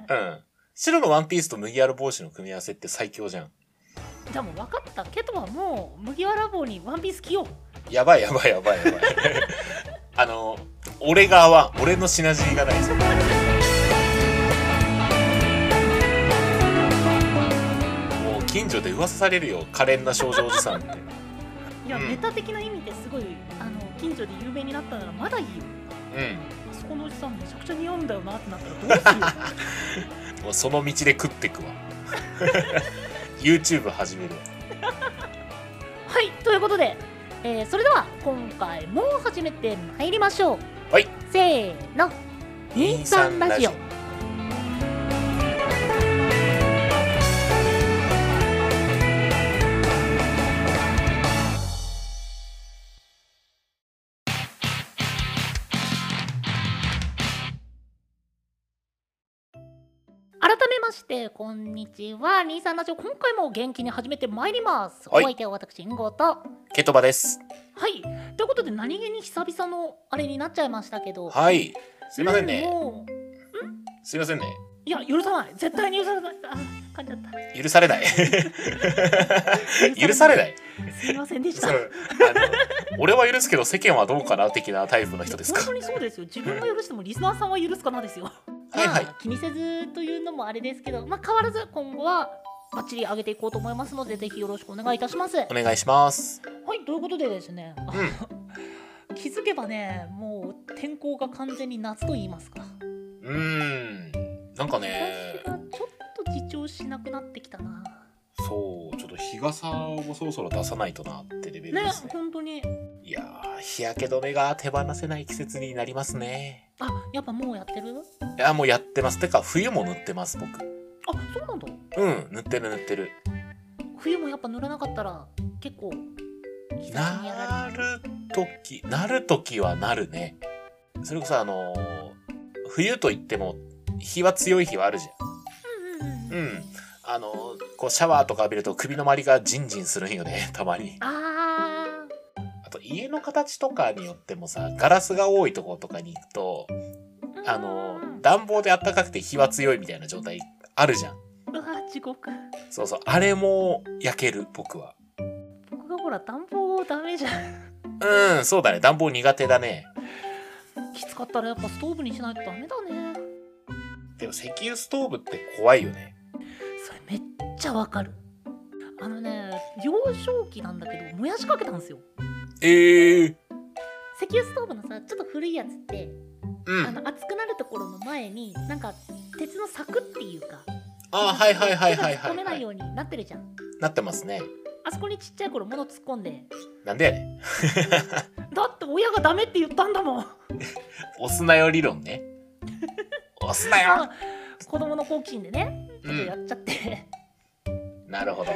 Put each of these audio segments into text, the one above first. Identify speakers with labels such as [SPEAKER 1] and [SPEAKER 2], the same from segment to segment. [SPEAKER 1] ね
[SPEAKER 2] うん。白のワンピースと麦わら帽子の組み合わせって最強じゃん。
[SPEAKER 1] でも分かったケトはもう麦わら帽にワンピース着よう
[SPEAKER 2] やばいやばいやばい やばい。あの、俺側は、俺のシナジーがないぞ。もう近所で噂されるよ、可憐な少女おじさんって。
[SPEAKER 1] いや、
[SPEAKER 2] うん
[SPEAKER 1] メタ的な意味ですごいあの近所で有名になったならまだいいよ
[SPEAKER 2] う
[SPEAKER 1] あそこのおじさんめちゃくちゃ似合うんだよなってなったらどうするよ
[SPEAKER 2] ん。もうその道で食ってくわ。YouTube 始めるわ。
[SPEAKER 1] はいということで、えーそれでは今回も始めてまいりましょう
[SPEAKER 2] はい
[SPEAKER 1] せーの23ラジオ改めましてこんにちは23ラジオ今回も元気に始めてまいります、
[SPEAKER 2] はい
[SPEAKER 1] お相手は私インゴと
[SPEAKER 2] ケトバです。
[SPEAKER 1] はい、ということで何気に久々のあれになっちゃいましたけど。
[SPEAKER 2] はい。すいません
[SPEAKER 1] う
[SPEAKER 2] ね。
[SPEAKER 1] もう
[SPEAKER 2] すいませんね。
[SPEAKER 1] いや許さない絶対に許さないあ噛んじゃった
[SPEAKER 2] 許され ない。 許されない。
[SPEAKER 1] すいませんでし
[SPEAKER 2] そ
[SPEAKER 1] た
[SPEAKER 2] うあの俺は許すけど世間はどうかな的なタイプの人ですか
[SPEAKER 1] 本当にそうですよ自分が許してもリスナーさんは許すかなですよ
[SPEAKER 2] はいはい
[SPEAKER 1] まあ、気にせずというのもあれですけどまあ変わらず今後はバッチリ上げていこうと思いますのでぜひよろしくお願いいたしますは
[SPEAKER 2] お願いします
[SPEAKER 1] いということでですね、あ
[SPEAKER 2] うん
[SPEAKER 1] 気づけばねもう天候が完全に夏と言いますか
[SPEAKER 2] うーんなんかね
[SPEAKER 1] 私がちょっと自重しなくなってきたな
[SPEAKER 2] そうちょっと日傘をそろそろ出さないとなってレベル
[SPEAKER 1] ね
[SPEAKER 2] ですね
[SPEAKER 1] 本当に
[SPEAKER 2] いやー日焼け止めが手放せない季節になりますね
[SPEAKER 1] あやっぱもうやってる
[SPEAKER 2] いやもうやってますてか冬も塗ってます僕
[SPEAKER 1] あそうなんだ
[SPEAKER 2] うん塗ってる塗ってる
[SPEAKER 1] 冬もやっぱ塗らなかったら結構日差しにやら
[SPEAKER 2] なる時なる時はなるねそれこそあのー冬といっても日は強い日はあるじゃん
[SPEAKER 1] れるうんうんうん
[SPEAKER 2] うん。あの、こうシャワーとか浴びると首の周りがジンジンするんよね、 たまに。
[SPEAKER 1] あ
[SPEAKER 2] あと家の形とかによってもさ、ガラスが多いところとかに行くと、
[SPEAKER 1] ー
[SPEAKER 2] あ
[SPEAKER 1] う
[SPEAKER 2] の
[SPEAKER 1] ん、
[SPEAKER 2] 暖房で暖かくて日は強いみたいな状態あるじゃん。
[SPEAKER 1] うわー地獄
[SPEAKER 2] そうそう、あれも焼ける、僕は。
[SPEAKER 1] 僕がほら暖房ダメじゃん
[SPEAKER 2] うん、そうだね、暖房苦手だね。
[SPEAKER 1] きつかったらやっぱストーブにしないとダメだね
[SPEAKER 2] でも石油ストーブって怖いよね。
[SPEAKER 1] それめっちゃわかるあのね幼少期なんだけど燃やしかけたんですよ
[SPEAKER 2] ええ
[SPEAKER 1] 石油ストーブのさちょっと古いやつって、
[SPEAKER 2] う
[SPEAKER 1] あ
[SPEAKER 2] ん。
[SPEAKER 1] の熱くなるところの前になんか鉄の柵っていうか
[SPEAKER 2] あ、はいはいはいはい
[SPEAKER 1] 手が突っ込
[SPEAKER 2] はい、
[SPEAKER 1] めない
[SPEAKER 2] はい。
[SPEAKER 1] ようになってるじゃん
[SPEAKER 2] なってますね。
[SPEAKER 1] あそこにちっちゃい頃物突っ込んで
[SPEAKER 2] なんでやねん。
[SPEAKER 1] だって親がダメって言ったんだもん
[SPEAKER 2] 押すなよ理論 ね。押すなよ
[SPEAKER 1] あ 子供の好奇心でねち
[SPEAKER 2] う
[SPEAKER 1] ょっと
[SPEAKER 2] ん
[SPEAKER 1] や。っちゃって、で
[SPEAKER 2] なるほど。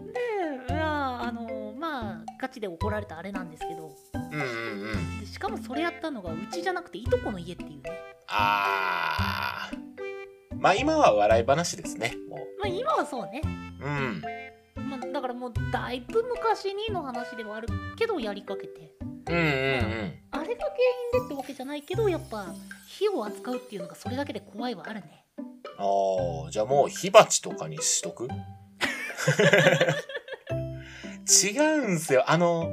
[SPEAKER 1] まああのまあガチで怒られたあれなんですけど
[SPEAKER 2] うんうんうん。
[SPEAKER 1] でしかもそれやったのがうちじゃなくていとこの家っていうね
[SPEAKER 2] あー。まあ今は笑い話ですね。も
[SPEAKER 1] まあ今はそうね、
[SPEAKER 2] う。うん。
[SPEAKER 1] まあ、だからもうだいぶ昔にの話ではあるけどやりかけて
[SPEAKER 2] うんうんうん。
[SPEAKER 1] あれが原因でってわけじゃないけどやっぱ火を扱うっていうのがそれだけで怖いはあるね
[SPEAKER 2] あー、じゃあもう火鉢とかにしとく違うんすよ。あの、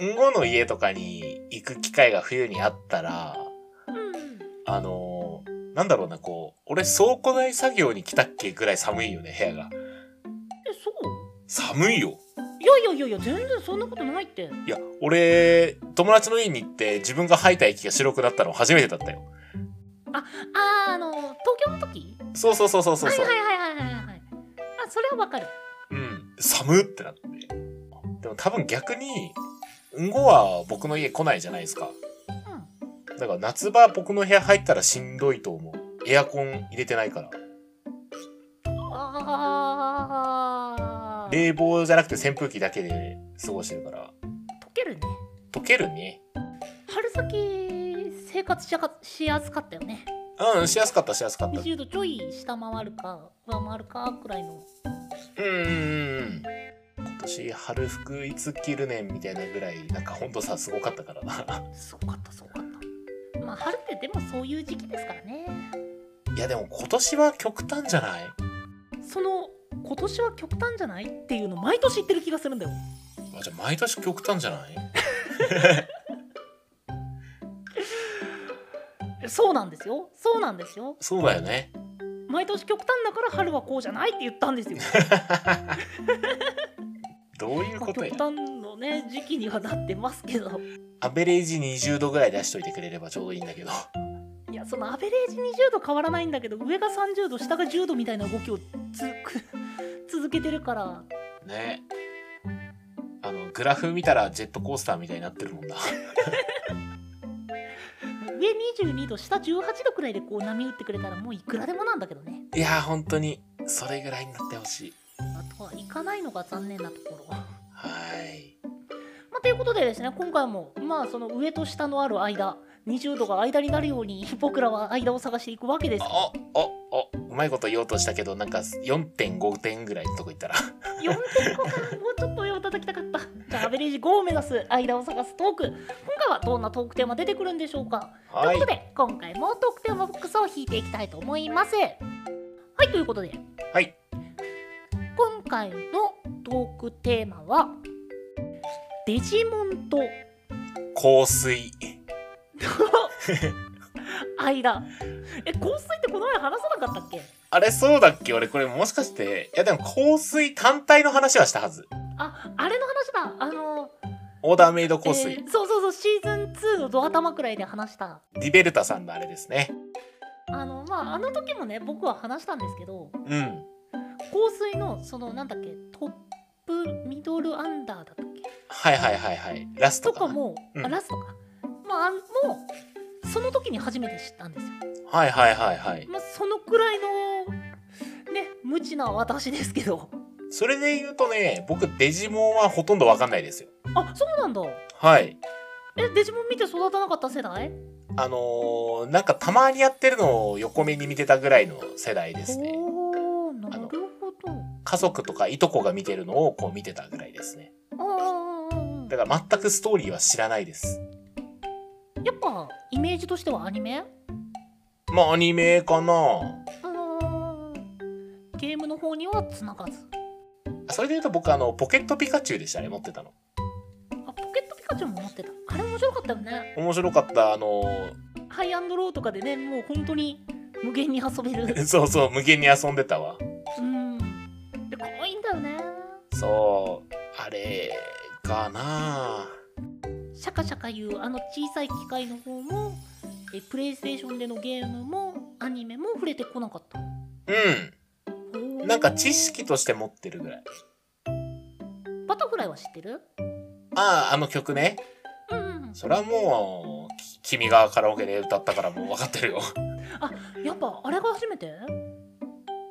[SPEAKER 2] んごの家とかに行く機会が冬にあったら、
[SPEAKER 1] うんうん
[SPEAKER 2] あのーなんだろうな、こう、俺倉庫内作業に来たっけぐらい寒いよね、部屋が。
[SPEAKER 1] えそう
[SPEAKER 2] 寒いよ。
[SPEAKER 1] いやいやいやいや全然そんなことないって
[SPEAKER 2] いや、俺、友達の家に行って自分が吐いた息が白くなったの初めてだったよ。
[SPEAKER 1] あーあの東京の時
[SPEAKER 2] そうそうそうそうそう。
[SPEAKER 1] はいはいはいはいはいはいあそれはわかる
[SPEAKER 2] うん。寒ってなって。でも多分逆に、うんごは僕の家来ないじゃないですか。
[SPEAKER 1] う
[SPEAKER 2] だから夏場僕の部屋入ったらしんどいと思う。エアコン入れてないから。
[SPEAKER 1] んああ溶
[SPEAKER 2] 冷房じゃなくて扇風機だけで過ごしてるから。
[SPEAKER 1] けるね
[SPEAKER 2] 溶けるね。
[SPEAKER 1] 春先生活しやかしやすかったよね
[SPEAKER 2] うん、しやすかったしやすかった。うん
[SPEAKER 1] 20度ちょい下回るか上回るかくらいの
[SPEAKER 2] うんうんうん。今年春服いつ着るねんみたいなぐらい、なんかほんとさ、すごかったからな。
[SPEAKER 1] すごかったすごかったまあ春ってでもそういう時期ですからね
[SPEAKER 2] いやでも今年は極端じゃない
[SPEAKER 1] その今年は極端じゃないっていうの毎年言ってる気がするんだよ
[SPEAKER 2] あじゃあ毎年極端じゃない
[SPEAKER 1] そうなんですよそうなんですよ
[SPEAKER 2] そうだよね。
[SPEAKER 1] 毎年極端だから春はこうじゃないって言ったんですよ
[SPEAKER 2] どういう
[SPEAKER 1] まあ
[SPEAKER 2] こ
[SPEAKER 1] 極
[SPEAKER 2] とや。
[SPEAKER 1] 端のね時期にはなってますけど
[SPEAKER 2] アベレージ20度ぐらい出しといてくれればちょうどいいんだけど。
[SPEAKER 1] いやそのアベレージ20度変わらないんだけど上が30度下が10度みたいな動きをつ く続けてるから
[SPEAKER 2] ね。あの、グラフ見たらジェットコースターみ たいになってるもんな。
[SPEAKER 1] 上22度下18度くらいでこう波打ってくれたらもういくらでもなんだけどね
[SPEAKER 2] いやー本当に、それぐらいになってほしい。
[SPEAKER 1] あとは行かないのが残念なところ。ま
[SPEAKER 2] はーい。
[SPEAKER 1] あ、ということでですね今回もまあその上と下のある間20度が間になるように僕らは間を探していくわけです
[SPEAKER 2] あ、お、お、お、うまいこと言おうとしたけど、なんか4.5点ぐらいのとこ行ったら。
[SPEAKER 1] 4点かもうちょっと上を叩きたかったじゃあアベレージ5を目指す間を探すトーク今回はどんなトークテーマ出てくるんでしょうかと
[SPEAKER 2] はい
[SPEAKER 1] いうこ。とで今回もトークテーマボックスを引いていきたいと思いますはいということで
[SPEAKER 2] はい。
[SPEAKER 1] 今回のトークテーマはデジモン と
[SPEAKER 2] 香水。
[SPEAKER 1] 間え香水ってこの前話さなかったっけ
[SPEAKER 2] あれそうだっけ俺これもしかして。いやでも香水単体の話はしたはず。
[SPEAKER 1] ああれの話だあの
[SPEAKER 2] オーダーメイド香水。
[SPEAKER 1] えーそうそうそうシーズン2のドア玉くらいで話した
[SPEAKER 2] リベルタさんのあれですね。
[SPEAKER 1] あのまああの時もね僕は話したんですけど
[SPEAKER 2] うん。
[SPEAKER 1] 香水のそのなんだっけトップミドルアンダーだったっけ
[SPEAKER 2] はいはいはいはい。ラスト
[SPEAKER 1] と
[SPEAKER 2] か
[SPEAKER 1] か
[SPEAKER 2] な。
[SPEAKER 1] も、
[SPEAKER 2] うん
[SPEAKER 1] あラストかまああんもうその時に初めて知ったんですよ、
[SPEAKER 2] はいはいはいはい。
[SPEAKER 1] まあ、そのくらいのね無知な私ですけど
[SPEAKER 2] それで言うとね、僕デジモンはほとんどわかんないですよ。
[SPEAKER 1] あそうなんだ
[SPEAKER 2] はい。
[SPEAKER 1] えデジモン見て育たなかった世代
[SPEAKER 2] あのー、なんかたまにやってるのを横目に見てたぐらいの世代ですね。
[SPEAKER 1] おーなるほど
[SPEAKER 2] 家族とかいとこが見てるのをこう見てたぐらいですね。
[SPEAKER 1] ああ
[SPEAKER 2] だから全くストーリーは知らないです。
[SPEAKER 1] やっぱイメージとしてはアニメ
[SPEAKER 2] まあアニメかな
[SPEAKER 1] ゲームの方にはつながず
[SPEAKER 2] それで言うと僕あの、ポケットピカチュウでしたね、持ってたの。
[SPEAKER 1] あポケットピカチュウも持ってたあれ面白かったよね
[SPEAKER 2] 面白かった、あの
[SPEAKER 1] ハイアンドローとかでねもう本当に無限に遊べる
[SPEAKER 2] ー そうそう、無限に遊んでたわ。
[SPEAKER 1] うんで可愛いんだよね
[SPEAKER 2] そう、あれかな
[SPEAKER 1] シャカシャカいうあの小さい機械の方もえプレイステーションでのゲームもアニメも触れてこなかった
[SPEAKER 2] うん。
[SPEAKER 1] おー
[SPEAKER 2] なんか知識として持ってるぐらい。
[SPEAKER 1] バタフライは知ってる
[SPEAKER 2] ああ、あの曲ね。
[SPEAKER 1] うんうん
[SPEAKER 2] それはもう、き君がカラオケで歌ったからもう分かってるよ。
[SPEAKER 1] やっぱあれが初めて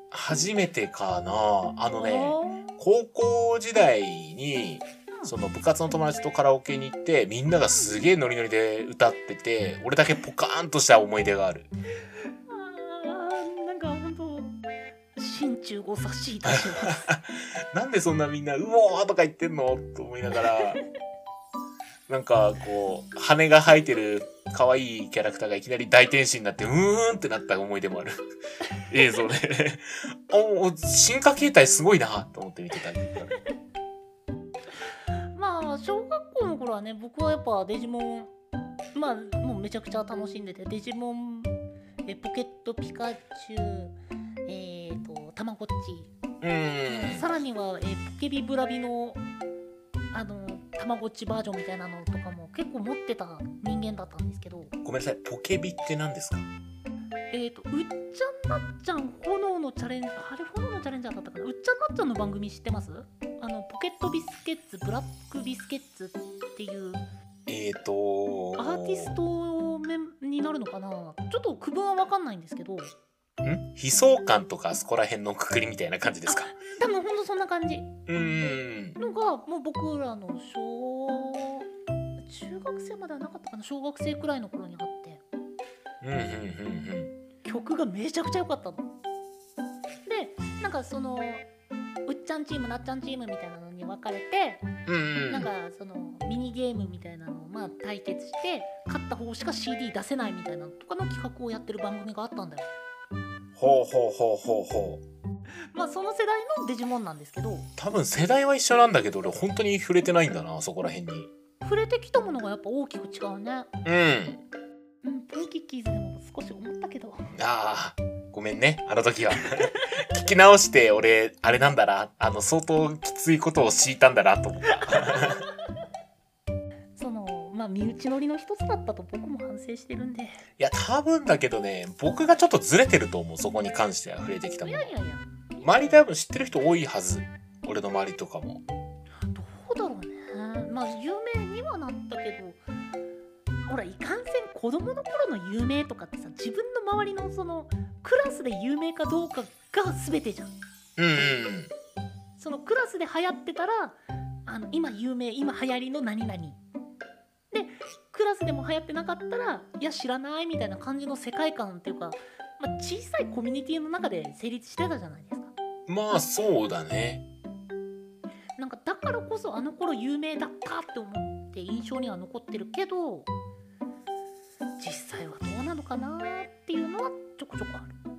[SPEAKER 2] 初めてかなあ
[SPEAKER 1] あ
[SPEAKER 2] のね、高校時代に、その部活の友達とカラオケに行って、みんながすげえノリノリで歌ってて、俺だけポカーンとした思い出がある。
[SPEAKER 1] ーなんか本当心中を差し出します
[SPEAKER 2] なんでそんなみんな、うおーとか言ってんのと思いながら、なんかこう、羽が生えてる可愛いキャラクターがいきなり大天使になって、うーんってなった思い出もある。 映像で。おお進化形態すごいなと思って見てた。
[SPEAKER 1] まあ小学校の頃はね僕はやっぱデジモンまあもうめちゃくちゃ楽しんでてデジモンえポケットピカチュウえー、とたまごっち
[SPEAKER 2] うーん。
[SPEAKER 1] さらには、えーポケビブラビのあのたまごっちバージョンみたいなのとかも結構持ってた人間だったんですけど
[SPEAKER 2] ごめんなさい、ポケビって何ですか
[SPEAKER 1] えー、とうっちゃんなっちゃん炎のチャレンジあれ炎のチャレンジャーだったかなうっちゃんなっちゃんの番組知ってますあのポケットビスケッツブラックビスケッツっていう
[SPEAKER 2] えーと
[SPEAKER 1] アーティストめになるのかなちょっと区分は分かんないんですけど
[SPEAKER 2] ん悲壮感とかあそこら辺のくくりみたいな感じですか
[SPEAKER 1] 多分ほんとそんな感じ
[SPEAKER 2] うーん。
[SPEAKER 1] のがもう僕らの小中学生まではなかったかな小学生くらいの頃にあって
[SPEAKER 2] うんうんうんうん。
[SPEAKER 1] 曲がめちゃくちゃ良かったの。でなんかそのうっちゃんチームなっちゃんチームみたいなのに分かれて
[SPEAKER 2] うんうん。
[SPEAKER 1] なんかそのミニゲームみたいなのをまあ対決して勝った方しか CD 出せないみたいなのとかの企画をやってる番組があったんだよ
[SPEAKER 2] ほうほうほうほうほう
[SPEAKER 1] まあその世代のデジモンなんですけど
[SPEAKER 2] 多分世代は一緒なんだけど俺本当に触れてないんだなそこら辺に
[SPEAKER 1] 触れてきたものがやっぱ大きく違うね
[SPEAKER 2] うん
[SPEAKER 1] うんポンキッキーズでも少し思ったけど
[SPEAKER 2] ああごめんねあの時は 聞き直して俺あれなんだなあの相当きついことを敷いたんだなと思った
[SPEAKER 1] そのまあ身内乗りの一つだったと僕も反省してるんで
[SPEAKER 2] いや、多分だけどね、僕がちょっとずれてると思う、そこに関しては触れてきた
[SPEAKER 1] い
[SPEAKER 2] もの
[SPEAKER 1] や。いやいや
[SPEAKER 2] 周り多分知ってる人多いはず。俺の周りとかも。
[SPEAKER 1] どうだろうねまあ有名にはなったけどほらいかんせん子供の頃の有名とかってさ自分の周りのそのクラスで有名かどうかが全てじゃん
[SPEAKER 2] うんうん
[SPEAKER 1] そのクラスで流行ってたらあの今有名今流行りの何々でクラスでも流行ってなかったらいや知らないみたいな感じの世界観っていうか、まあ、小さいコミュニティの中で成立してたじゃないですか
[SPEAKER 2] うん。まあ、そうだね。
[SPEAKER 1] なんかだからこそあの頃有名だったって思って印象には残ってるけど実際はどうなのかなっていうのはちょこちょこある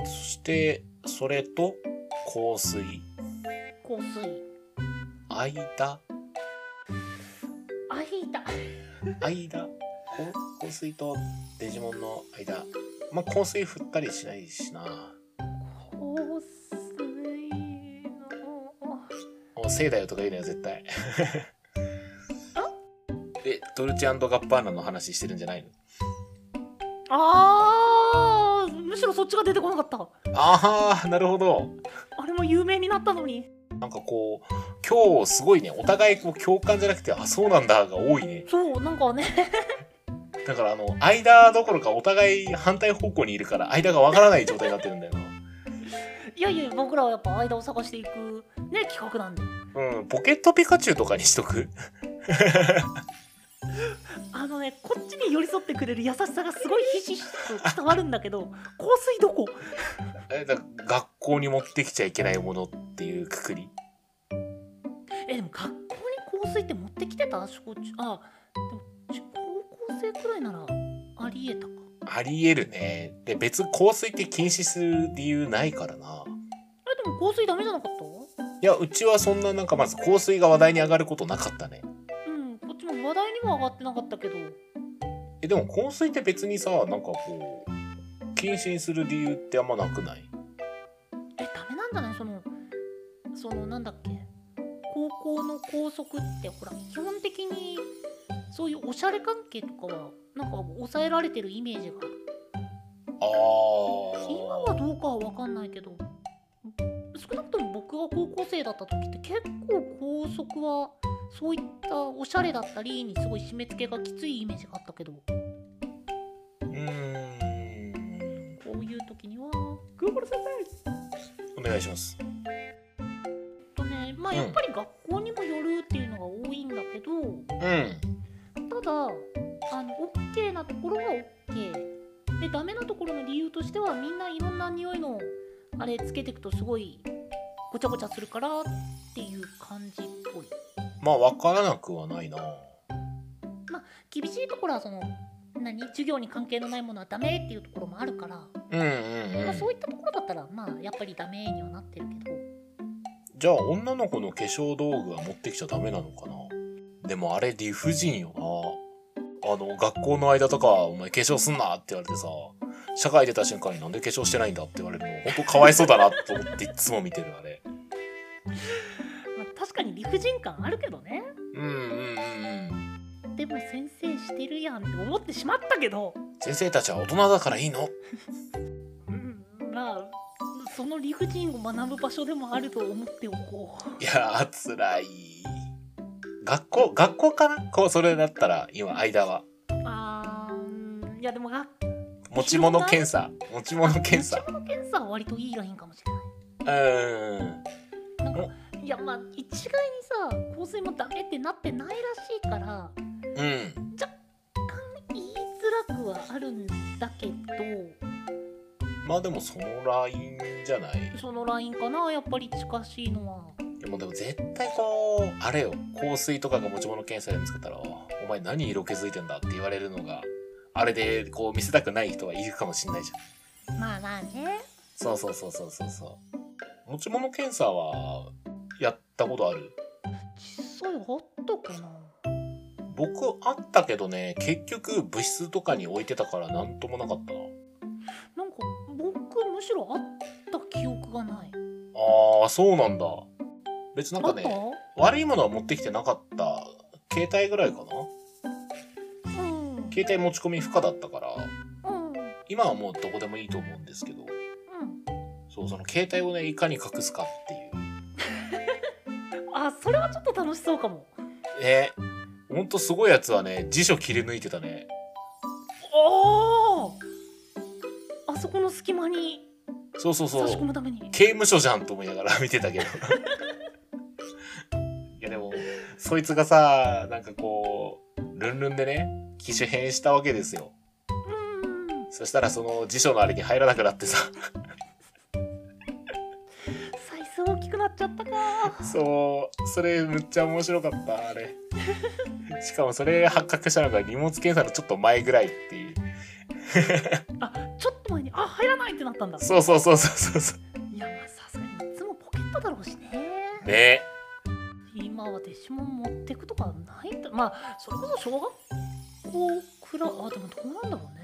[SPEAKER 2] うん。そして、それと、香水。
[SPEAKER 1] 香水
[SPEAKER 2] 間
[SPEAKER 1] あいた
[SPEAKER 2] 間こ香水とデジモンの間。まあ、香水振ったりしないしな。
[SPEAKER 1] 香水の
[SPEAKER 2] もう聖だよとか言うなよ絶対えドルチェガッパーナの話してるんじゃないの
[SPEAKER 1] あーむしろそっちが出てこなかった
[SPEAKER 2] ああなるほど
[SPEAKER 1] あれも有名になったのに
[SPEAKER 2] なんかこう今日すごいねお互いこう共感じゃなくてあそうなんだが多いね
[SPEAKER 1] そうなんかね
[SPEAKER 2] だからあの間どころかお互い反対方向にいるから間がわからない状態になってるんだよ
[SPEAKER 1] いやいや僕らはやっぱ間を探していくね企画なんで
[SPEAKER 2] なうんポケットピカチュウとかにしとく
[SPEAKER 1] あのねこっちに寄り添ってくれる優しさがすごいひしひしと伝わるんだけど香水どこ
[SPEAKER 2] えだ学校に持ってきちゃいけないものっていうくくり
[SPEAKER 1] えでも学校に香水って持ってきてた小中あでもち高校生くらいならありえたか
[SPEAKER 2] ありえるねで別に香水って禁止する理由ないからな
[SPEAKER 1] えでも香水ダメじゃなかった
[SPEAKER 2] いや、うちはそんななんかまず香水が話題に上がることなかったね。
[SPEAKER 1] うんこっちも話題にも上がってなかったけど
[SPEAKER 2] え、でも香水って別にさ、なんかこう、禁止にする理由ってあんまなくない
[SPEAKER 1] えダメなんじゃないそのそのなんだっけ高校の校則ってほら基本的にそういうおしゃれ関係とかはなんか抑えられてるイメージがある
[SPEAKER 2] あ
[SPEAKER 1] 今は
[SPEAKER 2] あ。
[SPEAKER 1] どうかは分かんないけど少なくとも僕が高校生だった時って結構校則はそういったおしゃれだったりにすごい締め付けがきついイメージがあったけどこ
[SPEAKER 2] うーん。
[SPEAKER 1] ういう時にはグーグル先生
[SPEAKER 2] お願いします。
[SPEAKER 1] とねまあやっぱり学校にもよるっていうのが多いんだけど、
[SPEAKER 2] うん。
[SPEAKER 1] ただあの OK なところは OK でダメなところの理由としてはみんないろんな匂いのあれつけてくとすごいごちゃごちゃするからっていう感じっぽい
[SPEAKER 2] まあ、わからなくはないな。
[SPEAKER 1] 厳しいところはその何授業に関係のないものはダメっていうところもあるから、
[SPEAKER 2] うんうんう
[SPEAKER 1] まあ、
[SPEAKER 2] ん
[SPEAKER 1] そ。ういったところだったらまあやっぱりダメにはなってるけど
[SPEAKER 2] じゃあ、女の子の化粧道具は持ってきちゃダメなのかなでもあれ理不尽よな。あの、学校の間とか、お前化粧すんなって言われてさ、社会出た瞬間になんで化粧してないんだって言われるの、ほんとかわいそうだなと思っていつも見てるあれ。
[SPEAKER 1] まあ、確かに理不尽感あるけどね
[SPEAKER 2] うんうんうんうん。
[SPEAKER 1] でも先生してるやんって思ってしまったけど、
[SPEAKER 2] 先生たちは大人だからいいの
[SPEAKER 1] うん、まあその理不尽を学ぶ場所でもあると思っておこう。
[SPEAKER 2] いやー、辛い。学校、学校かなこう、それだったら、今、間は。
[SPEAKER 1] あーうんいやでもが
[SPEAKER 2] 持ち物検査。持ち物検査。
[SPEAKER 1] 持ち物検査は割といいラインかもしれな
[SPEAKER 2] うーん。
[SPEAKER 1] いなんかいやまあ一概にさ香水もダメってなってないらしいから
[SPEAKER 2] うん。
[SPEAKER 1] 言いづらくはあるんだけど
[SPEAKER 2] まあでもそのラインじゃない
[SPEAKER 1] そのラインかなやっぱり近しいのは
[SPEAKER 2] でもでも絶対こうあれよ香水とかが持ち物検査で見つけたら「お前何色気づいてんだ」って言われるのがあれでこう見せたくない人はいるかもしんないじゃん
[SPEAKER 1] まあまあね
[SPEAKER 2] そうそうそうそうそうそう持ち物検査はやったことある
[SPEAKER 1] 実際あったかな
[SPEAKER 2] 僕あったけどね結局部室とかに置いてたからなんともなかったな
[SPEAKER 1] なんか僕むしろあった記憶がない
[SPEAKER 2] あーそうなんだ別なん
[SPEAKER 1] あ
[SPEAKER 2] か
[SPEAKER 1] った
[SPEAKER 2] ね悪いものは持ってきてなかった携帯ぐらいかな
[SPEAKER 1] うんうん
[SPEAKER 2] 携帯持ち込み不可だったから今はもうどこでもいいと思うんですけど
[SPEAKER 1] う
[SPEAKER 2] そうその携帯をねいかに隠すかっていうん
[SPEAKER 1] あそれはちょっと楽しそうかも
[SPEAKER 2] えー、ほんとすごいやつはね辞書切り抜いてたね
[SPEAKER 1] あああそこの隙間に
[SPEAKER 2] そうそうそ
[SPEAKER 1] 差し込
[SPEAKER 2] う
[SPEAKER 1] むために
[SPEAKER 2] 刑務所じゃんと思いながら見 てたけどいやでもそいつがさなんかこうルンルンでね機種変したわけですよ
[SPEAKER 1] うん
[SPEAKER 2] そしたらその辞書のあれに入らなくなってさ
[SPEAKER 1] サイズ大きくなっちゃったか
[SPEAKER 2] そうそれむっちゃ面白かったあれしかもそれ発覚したのが荷物検査のちょっと前ぐらいっていう
[SPEAKER 1] あちょっと前にあ入らないってなったんだ
[SPEAKER 2] そうそうそうそうそうそ
[SPEAKER 1] いやまあさすがにいつもポケットだろうしね
[SPEAKER 2] うね
[SPEAKER 1] 今は私も持ってくとかないんだまあそれこそ小学校くらいあでもどうなんだろうね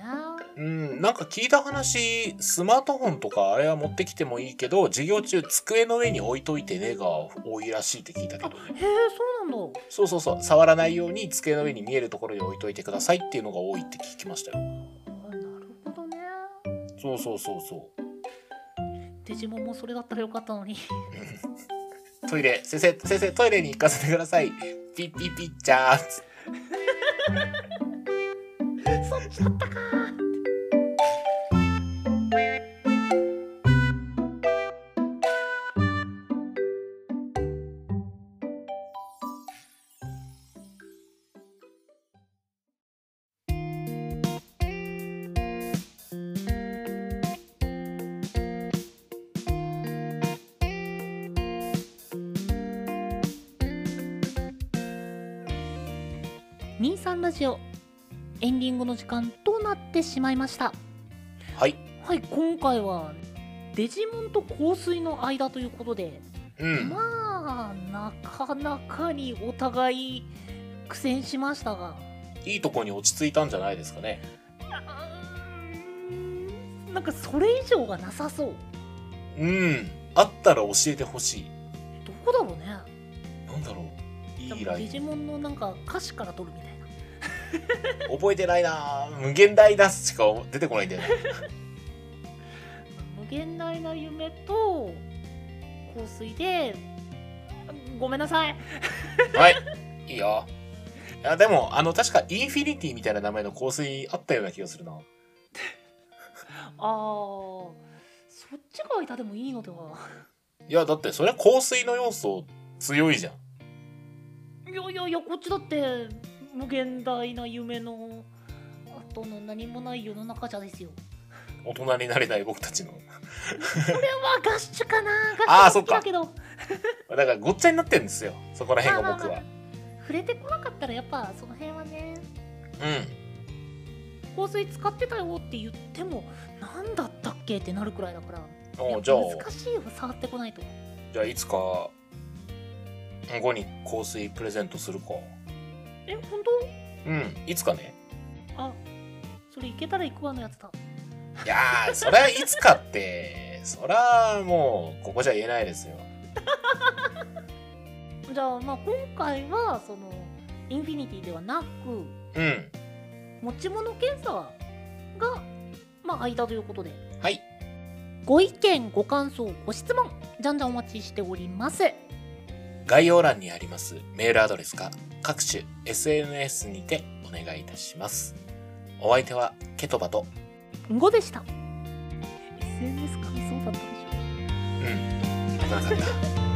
[SPEAKER 2] うんなんか聞いた話スマートフォンとかあれは持ってきてもいいけど授業中机の上に置いといてねが多いらしいって聞いたけ
[SPEAKER 1] あ
[SPEAKER 2] ど
[SPEAKER 1] へえそうなんだ
[SPEAKER 2] そうそうそう触らないように机の上に見えるところに置いといてくださいっていうのが多いって聞きましたよ
[SPEAKER 1] あなるほどね
[SPEAKER 2] そうそうそうそ
[SPEAKER 1] デジモンもそれだったらよかったのに
[SPEAKER 2] うトイレ先生先生トイレに行かせてくださいピッピッピッチャーつ
[SPEAKER 1] そっちだったか23ラジオエンディングの時間となってしまいました
[SPEAKER 2] はい
[SPEAKER 1] はい今回はデジモンと香水の間ということで
[SPEAKER 2] うん
[SPEAKER 1] まあなかなかにお互い苦戦しましたが
[SPEAKER 2] いいとこに落ち着いたんじゃないですかね。
[SPEAKER 1] なんかそれ以上がなさそう
[SPEAKER 2] うん。あったら教えてほしい。
[SPEAKER 1] どこだろうね
[SPEAKER 2] なんだろう。いいライ
[SPEAKER 1] デジモンのなんか歌詞から取るみたいな
[SPEAKER 2] ン。覚えてないなぁ無限大だしか出てこないんだよね。
[SPEAKER 1] 無限大な夢と香水でごめんなさい
[SPEAKER 2] はい。いいよ。いや、でも、あの、確かインフィニティみたいな名前の香水あったような気がするな。
[SPEAKER 1] あーそっちが間でもいいのではい
[SPEAKER 2] や、だってそれは香水の要素強いじゃん。
[SPEAKER 1] いやいやいやこっちだって無限大な夢の後の何もない世の中じゃですよ
[SPEAKER 2] 大人になれない僕たちの。
[SPEAKER 1] まあガッシュかな
[SPEAKER 2] あー
[SPEAKER 1] ガッシュも好きだけど
[SPEAKER 2] だからごっちゃになってるんですよ。そこら辺が僕
[SPEAKER 1] まあ
[SPEAKER 2] は
[SPEAKER 1] ま。触れてこなかったらやっぱその辺はね
[SPEAKER 2] うん。
[SPEAKER 1] 香水使ってたよって言っても何だったっけってなるくらいだから
[SPEAKER 2] お
[SPEAKER 1] や
[SPEAKER 2] うじゃあ、
[SPEAKER 1] 難しいよ触ってこないと
[SPEAKER 2] じゃあいつか、後に香水プレゼントするか。
[SPEAKER 1] え本
[SPEAKER 2] うん。いつかね。
[SPEAKER 1] 当あそれいけたら行くわのやつだ
[SPEAKER 2] いやー、そりゃいつかって、そりゃもう、ここじゃ言えないですよ。
[SPEAKER 1] じゃあまあ今回はそのインフィニティではなく
[SPEAKER 2] うん。
[SPEAKER 1] 持ち物検査がまあ間ということで
[SPEAKER 2] はい。
[SPEAKER 1] ご意見ご感想ご質問じゃんじゃんお待ちしております
[SPEAKER 2] 概要欄にありますメールアドレスか、各種 SNS にてお願いいたします。お相手は、ケトバと、
[SPEAKER 1] んごでした SNS 感想だったでしょ
[SPEAKER 2] うん、危なかった。